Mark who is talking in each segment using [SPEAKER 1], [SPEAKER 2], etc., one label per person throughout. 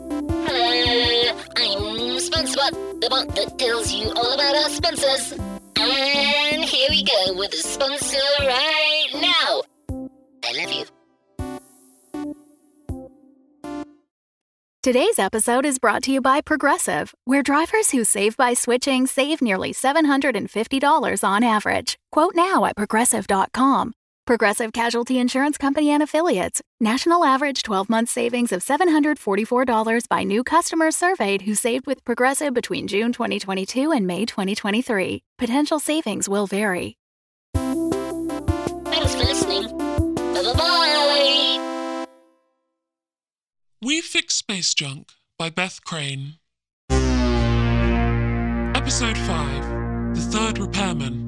[SPEAKER 1] Hello, I'm SpongeBob, the bot that tells you all about our sponsors. And here we go with a sponsor right now. I love you.
[SPEAKER 2] Today's episode is brought to you by Progressive, where drivers who save by switching save nearly $750 on average. Quote now at progressive.com. Progressive Casualty Insurance Company and Affiliates. National average 12 month savings of $744 by new customers surveyed who saved with Progressive between June 2022 and May 2023. Potential savings will vary.
[SPEAKER 1] Thanks for listening. Bye bye.
[SPEAKER 3] We Fix Space Junk by Beth Crane. Episode 5 The Third Repairman.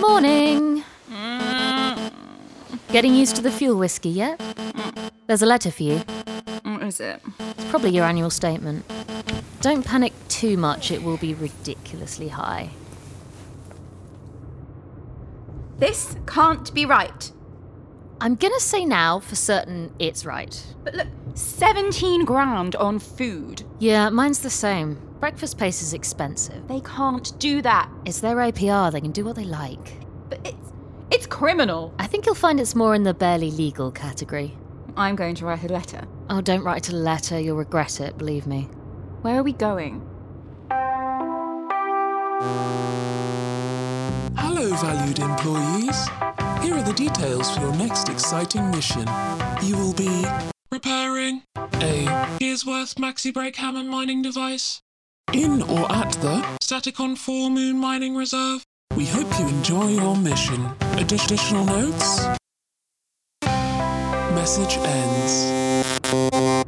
[SPEAKER 4] Morning. Getting used to the fuel whiskey yet? There's a letter for you.
[SPEAKER 5] What is it?
[SPEAKER 4] It's probably your annual statement. Don't panic too much, it will be ridiculously high.
[SPEAKER 5] This can't be right.
[SPEAKER 4] I'm gonna say now for certain it's right.
[SPEAKER 5] But look, 17 grand on food.
[SPEAKER 4] Yeah, mine's the same. Breakfast pace is expensive.
[SPEAKER 5] They can't do that.
[SPEAKER 4] It's their APR, they can do what they like.
[SPEAKER 5] But it's it's criminal.
[SPEAKER 4] I think you'll find it's more in the barely legal category.
[SPEAKER 5] I'm going to write a letter.
[SPEAKER 4] Oh, don't write to letter, you'll regret it, believe me.
[SPEAKER 5] Where are we going?
[SPEAKER 3] Hello, valued employees. Here are the details for your next exciting mission. You will be repairing a Gearsworth Maxi Break Hammond mining device in or at the Staticon 4 Moon Mining Reserve. We hope you enjoy your mission. Addi- Additional notes? Message ends.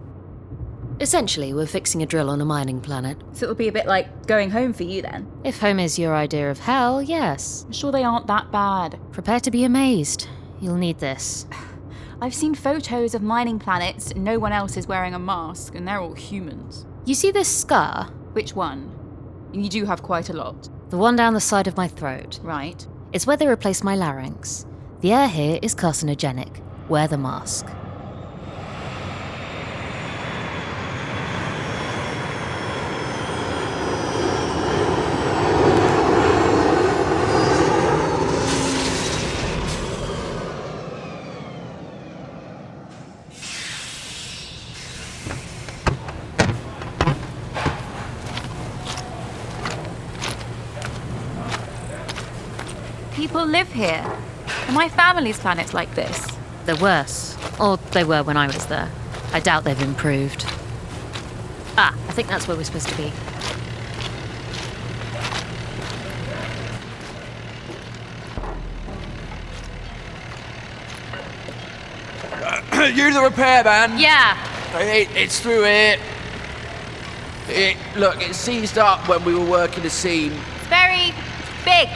[SPEAKER 4] Essentially, we're fixing a drill on a mining planet.
[SPEAKER 5] So it'll be a bit like going home for you then.
[SPEAKER 4] If home is your idea of hell, yes.
[SPEAKER 5] I'm sure they aren't that bad.
[SPEAKER 4] Prepare to be amazed. You'll need this.
[SPEAKER 5] I've seen photos of mining planets, no one else is wearing a mask, and they're all humans.
[SPEAKER 4] You see this scar?
[SPEAKER 5] Which one? You do have quite a lot,
[SPEAKER 4] The one down the side of my throat.
[SPEAKER 5] right?
[SPEAKER 4] It's where they replaced my larynx. The air here is carcinogenic. Wear the mask.
[SPEAKER 5] People live here. And my family's planet's like this.
[SPEAKER 4] They're worse. Or they were when I was there. I doubt they've improved. Ah, I think that's where we're supposed to be.
[SPEAKER 6] you the repairman?
[SPEAKER 4] Yeah!
[SPEAKER 6] It, it's through here. It, look, it seized up when we were working the seam.
[SPEAKER 5] It's very big.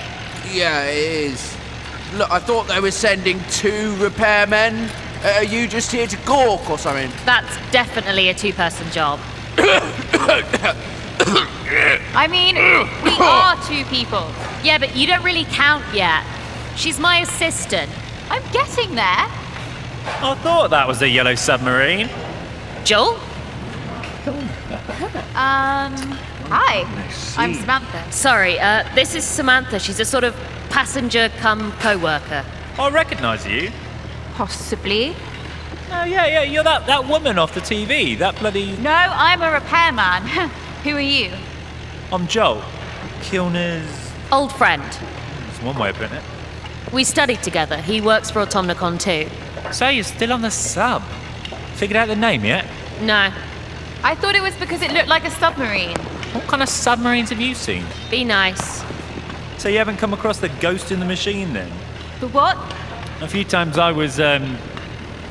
[SPEAKER 6] Yeah, it is. Look, I thought they were sending two repairmen. Uh, are you just here to gawk or something?
[SPEAKER 4] That's definitely a two person job.
[SPEAKER 7] I mean, we are two people.
[SPEAKER 4] Yeah, but you don't really count yet. She's my assistant.
[SPEAKER 7] I'm getting there.
[SPEAKER 8] I thought that was a yellow submarine.
[SPEAKER 4] Joel?
[SPEAKER 7] Um, hi. I'm Samantha.
[SPEAKER 4] Sorry, uh, this is Samantha. She's a sort of passenger come co worker.
[SPEAKER 8] I recognise you.
[SPEAKER 7] Possibly.
[SPEAKER 8] Oh, yeah, yeah, you're that, that woman off the TV. That bloody.
[SPEAKER 7] No, I'm a repairman. Who are you?
[SPEAKER 8] I'm Joel. Kilner's.
[SPEAKER 4] Old friend.
[SPEAKER 8] That's one way of putting it.
[SPEAKER 4] We studied together. He works for Automnicon too.
[SPEAKER 8] So you're still on the sub. Figured out the name yet?
[SPEAKER 4] No.
[SPEAKER 7] I thought it was because it looked like a submarine.
[SPEAKER 8] What kind of submarines have you seen?
[SPEAKER 4] Be nice.
[SPEAKER 8] So you haven't come across the ghost in the machine then?
[SPEAKER 7] The what?
[SPEAKER 8] A few times I was um,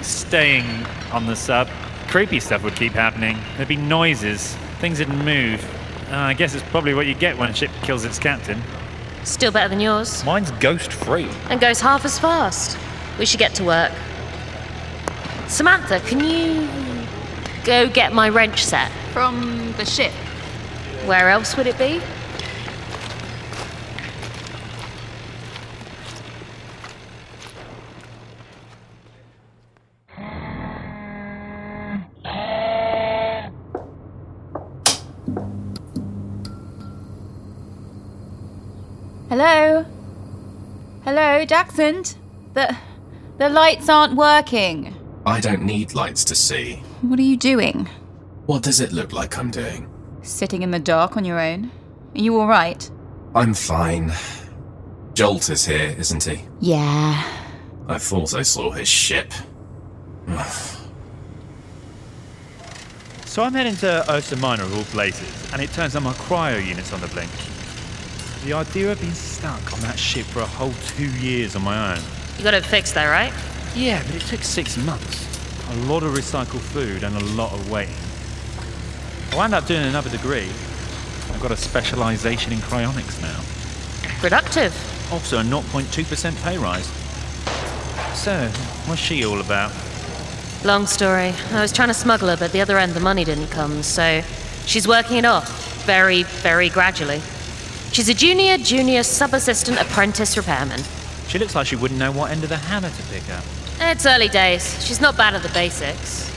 [SPEAKER 8] staying on the sub, creepy stuff would keep happening. There'd be noises, things would move. Uh, I guess it's probably what you get when a ship kills its captain.
[SPEAKER 4] Still better than yours.
[SPEAKER 8] Mine's ghost free.
[SPEAKER 4] And goes half as fast. We should get to work. Samantha, can you go get my wrench set?
[SPEAKER 5] From the ship.
[SPEAKER 4] Where else would it be?
[SPEAKER 5] Hello? Hello, Daxant? The, the lights aren't working.
[SPEAKER 9] I don't need lights to see.
[SPEAKER 5] What are you doing?
[SPEAKER 9] What does it look like I'm doing?
[SPEAKER 5] Sitting in the dark on your own? Are you alright?
[SPEAKER 9] I'm fine. Jolt is here, isn't he?
[SPEAKER 5] Yeah.
[SPEAKER 9] I thought I saw his ship.
[SPEAKER 8] So I'm heading to Ursa Minor of all places, and it turns out my cryo unit's on the blink. The idea of being stuck on that ship for a whole two years on my own.
[SPEAKER 4] You got it fixed though, right?
[SPEAKER 8] Yeah, but it took six months. A lot of recycled food and a lot of waiting. I wound up doing another degree. I've got a specialisation in cryonics now.
[SPEAKER 4] Productive.
[SPEAKER 8] Also a 0.2% pay rise. So, what's she all about?
[SPEAKER 4] Long story. I was trying to smuggle her, but the other end the money didn't come, so she's working it off very, very gradually. She's a junior, junior, sub-assistant, apprentice repairman.
[SPEAKER 8] She looks like she wouldn't know what end of the hammer to pick up.
[SPEAKER 4] It's early days. She's not bad at the basics.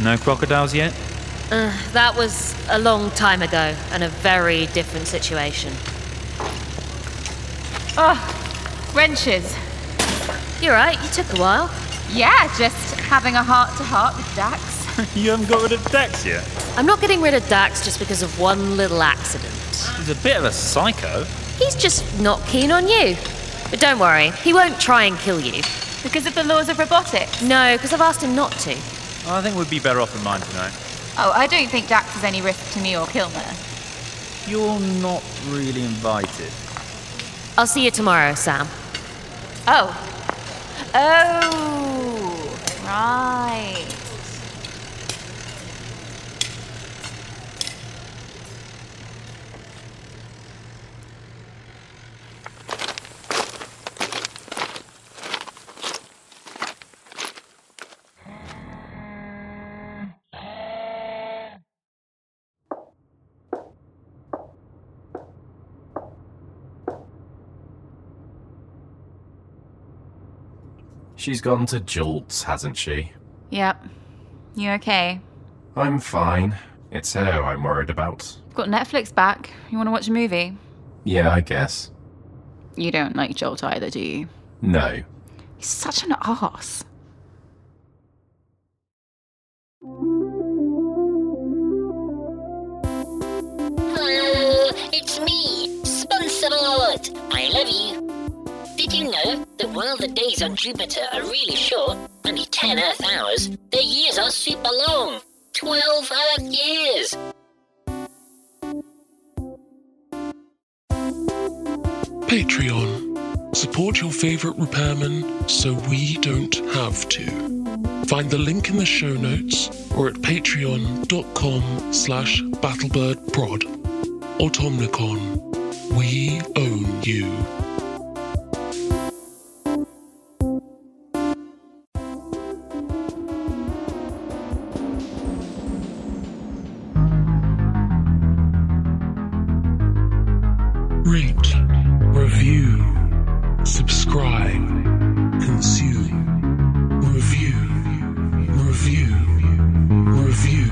[SPEAKER 8] No crocodiles yet?
[SPEAKER 4] Uh, that was a long time ago and a very different situation.
[SPEAKER 5] Oh, wrenches.
[SPEAKER 4] You're right, you took a while.
[SPEAKER 5] Yeah, just having a heart to heart with Dax.
[SPEAKER 8] you haven't got rid of Dex yet?
[SPEAKER 4] I'm not getting rid of Dax just because of one little accident.
[SPEAKER 8] He's a bit of a psycho.
[SPEAKER 4] He's just not keen on you. But don't worry, he won't try and kill you.
[SPEAKER 5] Because of the laws of robotics?
[SPEAKER 4] No, because I've asked him not to.
[SPEAKER 8] I think we'd be better off in mine tonight.
[SPEAKER 5] Oh, I don't think Dax is any risk to me or Kilmer.
[SPEAKER 8] You're not really invited.
[SPEAKER 4] I'll see you tomorrow, Sam.
[SPEAKER 5] Oh. Oh. Right.
[SPEAKER 9] She's gone to Jolt's, hasn't she?
[SPEAKER 5] Yep. You okay?
[SPEAKER 9] I'm fine. It's her I'm worried about.
[SPEAKER 5] Got Netflix back. You want to watch a movie?
[SPEAKER 9] Yeah, I guess.
[SPEAKER 5] You don't like Jolt either, do you?
[SPEAKER 9] No.
[SPEAKER 5] He's such an arse.
[SPEAKER 1] Hello, it's me, Sponsorbot. I love you. Did you know that while the days on Jupiter are really short, only 10 Earth hours, their years are super long 12 Earth years.
[SPEAKER 3] Patreon. Support your favorite repairman so we don't have to. Find the link in the show notes or at patreon.com slash battlebirdprod. Automnicon. We own you. Rate, review, subscribe, consume, review, review, review.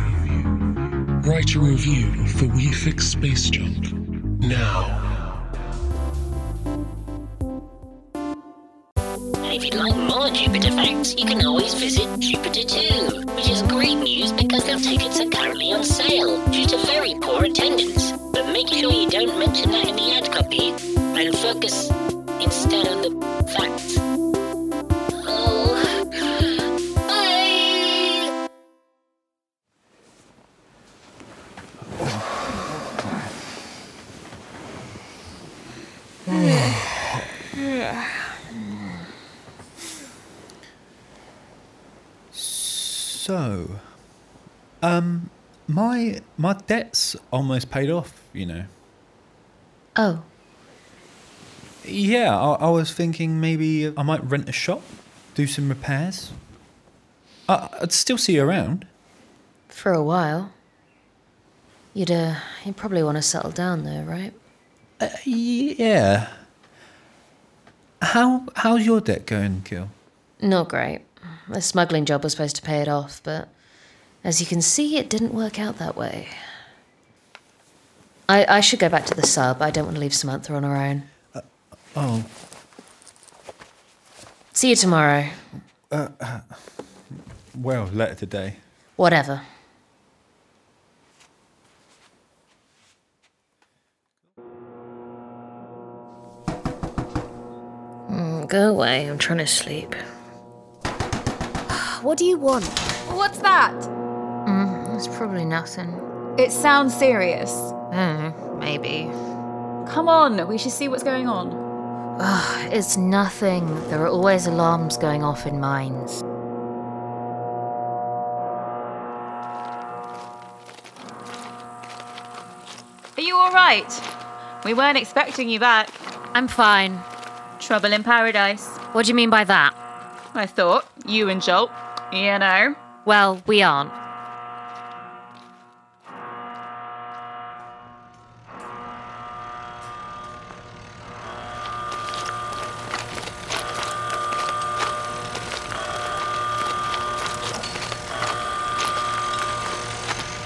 [SPEAKER 3] Write a review for We Fix Space Junk now.
[SPEAKER 1] And if you'd like more Jupiter facts, you can always visit Jupiter 2, which is great news because their tickets are currently on sale due to very poor attendance. But make sure you don't mention that in the ad copy and focus instead on the facts. Oh. Bye!
[SPEAKER 8] So, um, my my debt's almost paid off. You know.
[SPEAKER 4] Oh,
[SPEAKER 8] Yeah, I, I was thinking maybe I might rent a shop, do some repairs. I, I'd still see you around.
[SPEAKER 4] for a while. You'd uh, you'd probably want to settle down though, right?
[SPEAKER 8] Uh, yeah. How how's your debt going, Gil?
[SPEAKER 4] Not great. The smuggling job was supposed to pay it off, but as you can see, it didn't work out that way. I, I should go back to the sub. I don't want to leave Samantha on her own.
[SPEAKER 8] Oh,
[SPEAKER 4] See you tomorrow.
[SPEAKER 8] well, later today.
[SPEAKER 4] Whatever. Mm, go away. I'm trying to sleep. What do you want?
[SPEAKER 5] What's that?
[SPEAKER 4] Mm, it's probably nothing.
[SPEAKER 5] It sounds serious.
[SPEAKER 4] Mm, maybe.
[SPEAKER 5] Come on, we should see what's going on.
[SPEAKER 4] It's nothing. There are always alarms going off in mines.
[SPEAKER 10] Are you all right? We weren't expecting you back.
[SPEAKER 4] I'm fine.
[SPEAKER 10] Trouble in paradise.
[SPEAKER 4] What do you mean by that?
[SPEAKER 10] I thought you and Jolt. You know.
[SPEAKER 4] Well, we aren't.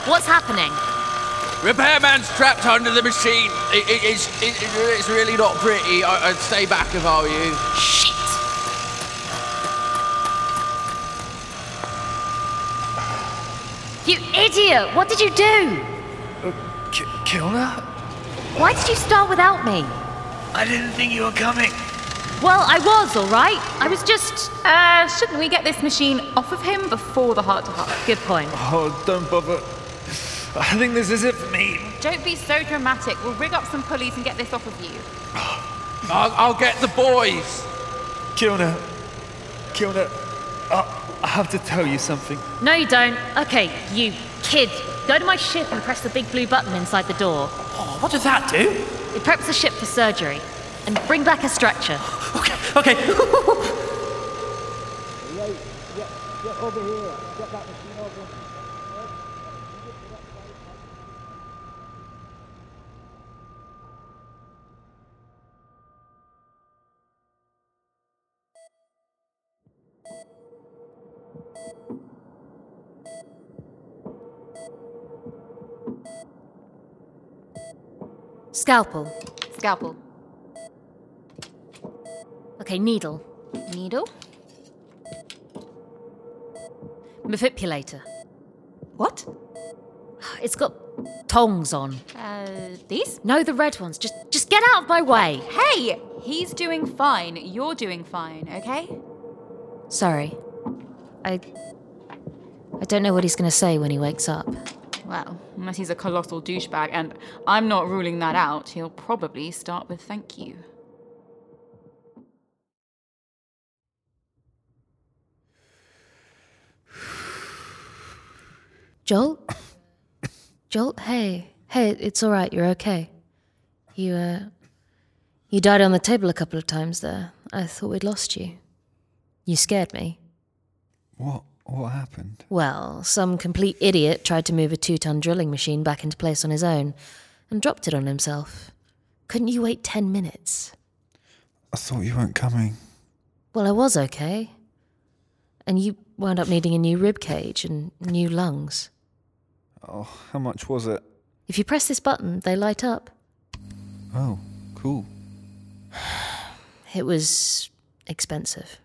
[SPEAKER 4] What's happening?
[SPEAKER 6] Repairman's trapped under the machine. It, it, it's, it, it's really not pretty. I, I'd stay back if I were you.
[SPEAKER 4] Shit! You idiot! What did you do?
[SPEAKER 3] K- Kilner?
[SPEAKER 4] Why did you start without me?
[SPEAKER 3] I didn't think you were coming.
[SPEAKER 4] Well, I was, alright? I was just.
[SPEAKER 10] Uh, shouldn't we get this machine off of him before the heart to heart?
[SPEAKER 4] Good point.
[SPEAKER 3] Oh, don't bother. I think this is it for me.
[SPEAKER 10] Don't be so dramatic. We'll rig up some pulleys and get this off of you.
[SPEAKER 6] I'll, I'll get the boys.
[SPEAKER 3] Kilner. Kilner. I I have to tell you something.
[SPEAKER 4] No, you don't. Okay, you kid, go to my ship and press the big blue button inside the door.
[SPEAKER 3] Oh, what does that do?
[SPEAKER 4] It preps the ship for surgery. And bring back a stretcher.
[SPEAKER 3] Okay, okay.
[SPEAKER 4] Scalpel.
[SPEAKER 5] Scalpel.
[SPEAKER 4] Okay, needle.
[SPEAKER 5] Needle?
[SPEAKER 4] Manipulator.
[SPEAKER 5] What?
[SPEAKER 4] It's got tongs on.
[SPEAKER 5] Uh, these?
[SPEAKER 4] No, the red ones. Just just get out of my way.
[SPEAKER 5] Hey! He's doing fine. You're doing fine, okay?
[SPEAKER 4] Sorry. I I don't know what he's gonna say when he wakes up.
[SPEAKER 5] Well, unless he's a colossal douchebag, and I'm not ruling that out, he'll probably start with thank you.
[SPEAKER 4] Jolt? Jolt, hey. Hey, it's alright, you're okay. You uh you died on the table a couple of times there. I thought we'd lost you. You scared me.
[SPEAKER 8] What what happened?
[SPEAKER 4] Well, some complete idiot tried to move a two ton drilling machine back into place on his own and dropped it on himself. Couldn't you wait 10 minutes?
[SPEAKER 8] I thought you weren't coming.
[SPEAKER 4] Well, I was okay. And you wound up needing a new rib cage and new lungs.
[SPEAKER 8] Oh, how much was it?
[SPEAKER 4] If you press this button, they light up.
[SPEAKER 8] Oh, cool.
[SPEAKER 4] It was expensive.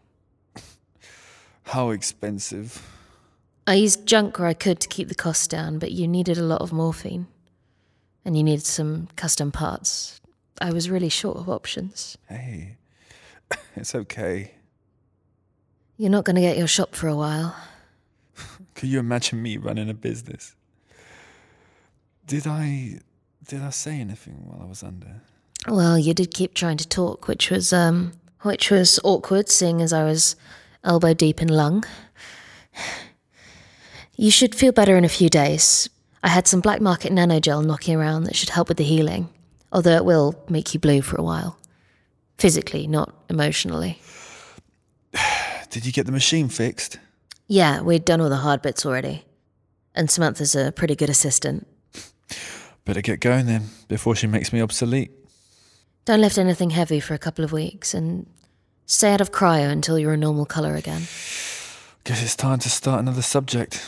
[SPEAKER 8] How expensive?
[SPEAKER 4] I used junk where I could to keep the costs down, but you needed a lot of morphine. And you needed some custom parts. I was really short of options.
[SPEAKER 8] Hey, it's okay.
[SPEAKER 4] You're not going to get your shop for a while.
[SPEAKER 8] Could you imagine me running a business? Did I did I say anything while I was under?
[SPEAKER 4] Well, you did keep trying to talk, which was um, which was awkward, seeing as I was elbow deep in lung. You should feel better in a few days. I had some black market nanogel knocking around that should help with the healing, although it will make you blue for a while, physically, not emotionally.
[SPEAKER 11] Did you get the machine fixed?
[SPEAKER 4] Yeah, we'd done all the hard bits already, and Samantha's a pretty good assistant.
[SPEAKER 11] Better get going then, before she makes me obsolete.
[SPEAKER 4] Don't lift anything heavy for a couple of weeks and stay out of cryo until you're a normal colour again.
[SPEAKER 11] Guess it's time to start another subject.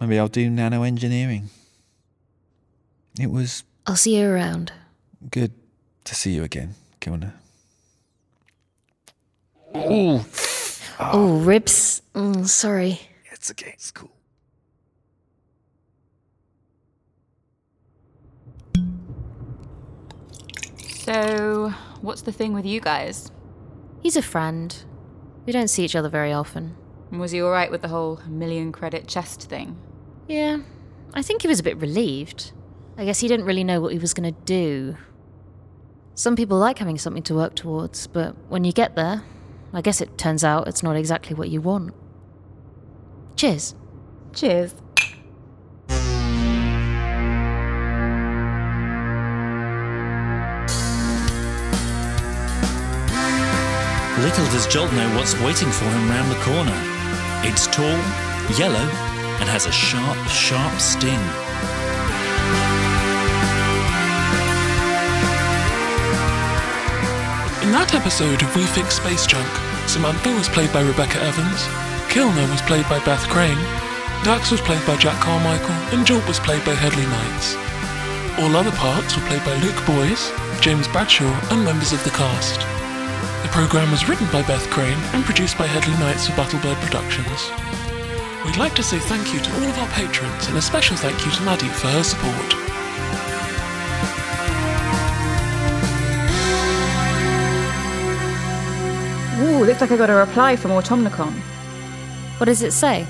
[SPEAKER 11] Maybe I'll do nano engineering. It was
[SPEAKER 4] I'll see you around.
[SPEAKER 11] good to see you again, Kilner. Ooh.
[SPEAKER 4] Oh, ribs. Mm, sorry.
[SPEAKER 11] It's okay, it's cool.
[SPEAKER 5] So, what's the thing with you guys?
[SPEAKER 4] He's a friend. We don't see each other very often.
[SPEAKER 5] Was he alright with the whole million credit chest thing?
[SPEAKER 4] Yeah, I think he was a bit relieved. I guess he didn't really know what he was going to do. Some people like having something to work towards, but when you get there, I guess it turns out it's not exactly what you want. Cheers.
[SPEAKER 5] Cheers.
[SPEAKER 12] Little does Jolt know what's waiting for him round the corner. It's tall, yellow, and has a sharp, sharp sting.
[SPEAKER 3] In that episode of We Fix Space Junk, Samantha was played by Rebecca Evans, Kilner was played by Beth Crane, Dax was played by Jack Carmichael, and Jolt was played by Headley Knights. All other parts were played by Luke Boyce, James Bradshaw, and members of the cast. The programme was written by Beth Crane and produced by Headley Knights for Battlebird Productions. We'd like to say thank you to all of our patrons and a special thank you to Maddie for her support.
[SPEAKER 5] Ooh, looks like I got a reply from Automnicon.
[SPEAKER 4] What does it say?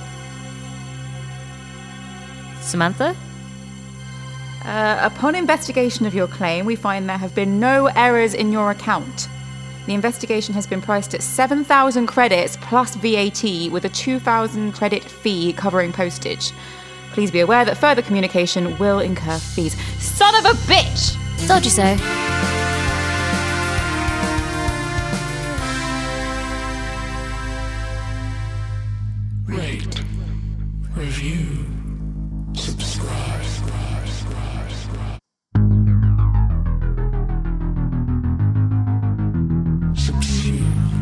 [SPEAKER 4] Samantha?
[SPEAKER 5] Uh, upon investigation of your claim, we find there have been no errors in your account. The investigation has been priced at 7,000 credits plus VAT with a 2,000 credit fee covering postage. Please be aware that further communication will incur fees. Son of a bitch!
[SPEAKER 4] Told you so.
[SPEAKER 3] Rate, review, subscribe.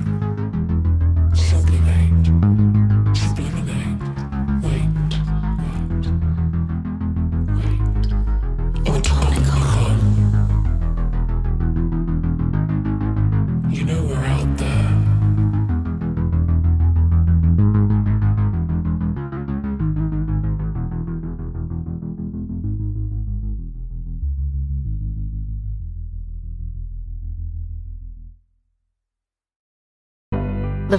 [SPEAKER 3] Subsume, sublimate, subliminate, wait, wait, wait. Autonomicon. You know we're out there.
[SPEAKER 2] The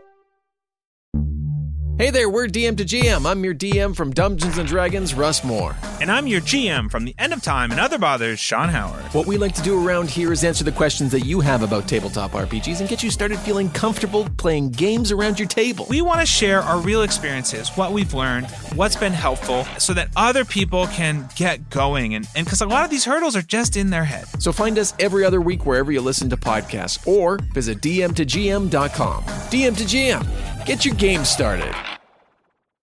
[SPEAKER 6] Hey there, we're DM to GM. I'm your DM from Dungeons and Dragons, Russ Moore.
[SPEAKER 8] And I'm your GM from the end of time and other bothers, Sean Howard.
[SPEAKER 6] What we like to do around here is answer the questions that you have about tabletop RPGs and get you started feeling comfortable playing games around your table.
[SPEAKER 8] We want to share our real experiences, what we've learned, what's been helpful, so that other people can get going. And because a lot of these hurdles are just in their head.
[SPEAKER 6] So find us every other week wherever you listen to podcasts or visit dmtogm.com. DM to GM, get your game started.